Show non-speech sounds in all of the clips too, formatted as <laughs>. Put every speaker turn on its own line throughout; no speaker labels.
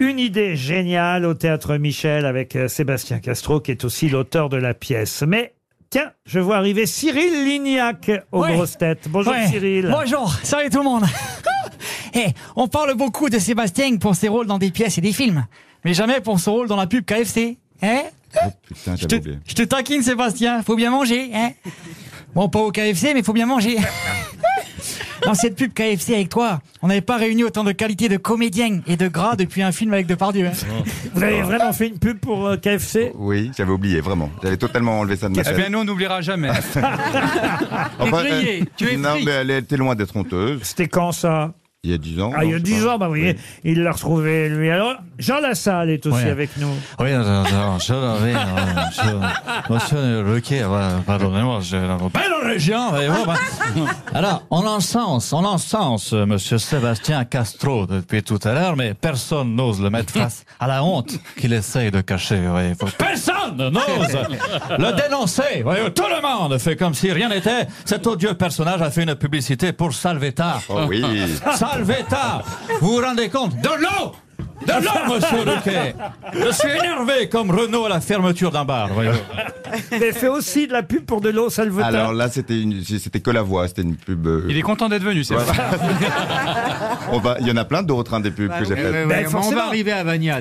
Une idée géniale au théâtre Michel avec euh, Sébastien Castro qui est aussi l'auteur de la pièce. Mais tiens, je vois arriver Cyril Lignac aux
Ouais.
grosses têtes. Bonjour
Ouais.
Cyril.
Bonjour, salut tout le monde. <laughs> Eh, on parle beaucoup de Sébastien pour ses rôles dans des pièces et des films, mais jamais pour son rôle dans la pub KFC. Hein
Putain,
je, te,
j'avais oublié.
je te taquine Sébastien, faut bien manger. Hein bon, pas au KFC, mais faut bien manger. <laughs> Dans cette pub KFC avec toi, on n'avait pas réuni autant de qualités de comédien et de gras depuis un film avec Depardieu. hein.
Vous avez vraiment fait une pub pour euh, KFC
Oui, j'avais oublié, vraiment. J'avais totalement enlevé ça de ma
Eh bien,
tête.
nous, on n'oubliera jamais. t'es grillé, tu es
euh, non,
pris.
mais elle était loin d'être honteuse.
C'était quand ça
Il y a 10 ans.
Ah, il y a
non, je
10
sais pas.
ans, bah vous voyez, il l'a retrouvé lui. Alors, Jean Lassalle est aussi
Ouais.
avec nous.
Oui, non, non, je, oui, non, je, monsieur Lequet, voilà, pardonnez-moi, je pardon, les gens, mais bon, bah. <laughs> Alors, on encense, on encense euh, monsieur Sébastien Castro depuis tout à l'heure, mais personne n'ose le mettre face à la honte qu'il essaye de cacher, vous voyez. Faut- Personne n'ose <laughs> le dénoncer, vous voyez. Tout le monde fait comme si rien n'était. Cet odieux personnage a fait une publicité pour Salvetar.
Oh
<laughs>
oui.
Salvetta Vous vous rendez compte De l'eau De l'eau, monsieur Lequet Je suis énervé comme Renault à la fermeture d'un bar. voyez-vous.
Il a fait aussi de la pub pour de l'eau salvetin.
Alors là, c'était une- c'était que la voix, c'était une pub. euh,
Il est content d'être venu, c'est vrai.
<laughs> on va- Il y en a plein d'autres hein, des pubs que j'ai faites.
Ben, forcément.
à Vania,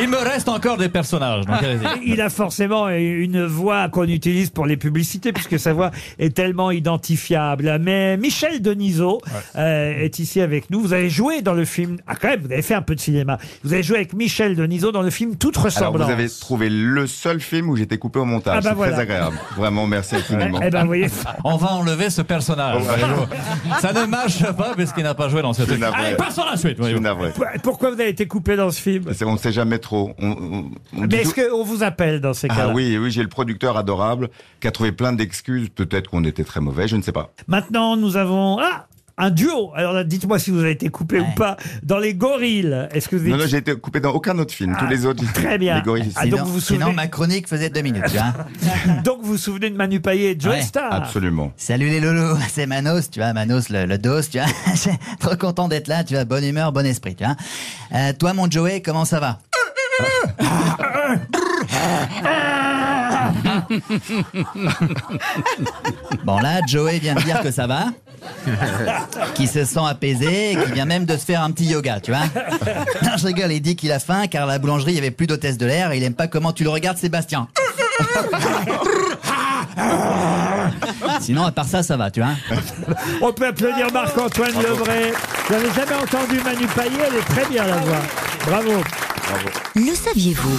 Il me reste encore des personnages. donc allez-y.
Il a forcément une voix qu'on utilise pour les publicités, puisque sa voix est tellement identifiable. Mais Michel Denisot euh, est ici avec nous. Vous avez joué dans le film. Ah, quand même, vous avez fait un peu de cinéma. Vous avez joué avec Michel Denisot dans le film Toute
Alors
ressemblance.
vous avez trouvé le seul film où j'étais coupé au montage.
Ah bah
C'est
voilà.
très agréable. Vraiment, merci infiniment.
Eh- eh ben, vous
<laughs>
voyez.
On va enlever ce personnage. voyez-vous. Ça ne marche pas parce qu'il n'a pas joué dans cette
Je suis
équipe.
navré.
Allez, passons à la suite.
Je suis
voyez-vous.
navré.
Pourquoi vous avez été coupé dans ce film
C'est- On ne sait jamais trop. On- on- on dit
Mais est-ce
tout-
qu'on vous appelle dans ces cas-là
Ah oui, oui, j'ai le producteur adorable qui a trouvé plein d'excuses. Peut-être qu'on était très mauvais, je ne sais pas.
Maintenant, nous avons. Ah un duo. Alors là, dites-moi si vous avez été coupé ou pas dans les gorilles. Est-ce que vous
Non, non,
étiez-
j'ai été coupé dans aucun autre film.
Ah,
Tous les autres.
Très bien.
Les gorilles.
Ah, donc, vous vous souvenez,
chronique faisait deux minutes. hein. tu vois.
<coughs> donc vous vous souvenez de Manu Payet et de Joe
Ouais,
Star
Absolument.
Salut les loulous, <laughs> c'est Manos, tu vois, Manos le, le dos, tu vois. <laughs> Trop content d'être là, tu vois, bonne humeur, bon esprit, tu vois. Euh, toi mon Joey, comment ça va Bon là, Joey vient de dire que ça va, qu'il se sent apaisé, et qu'il vient même de se faire un petit yoga, tu vois. Non, je rigole, il dit qu'il a faim car à la boulangerie, il n'y avait plus d'hôtesse de l'air et il aime pas comment tu le regardes, Sébastien. Sinon, à part ça, ça va, tu vois.
On peut applaudir Marc-Antoine Lebray. Vous n'avez jamais entendu Manu Payet, elle est très bien la voix. Bravo.
Le saviez-vous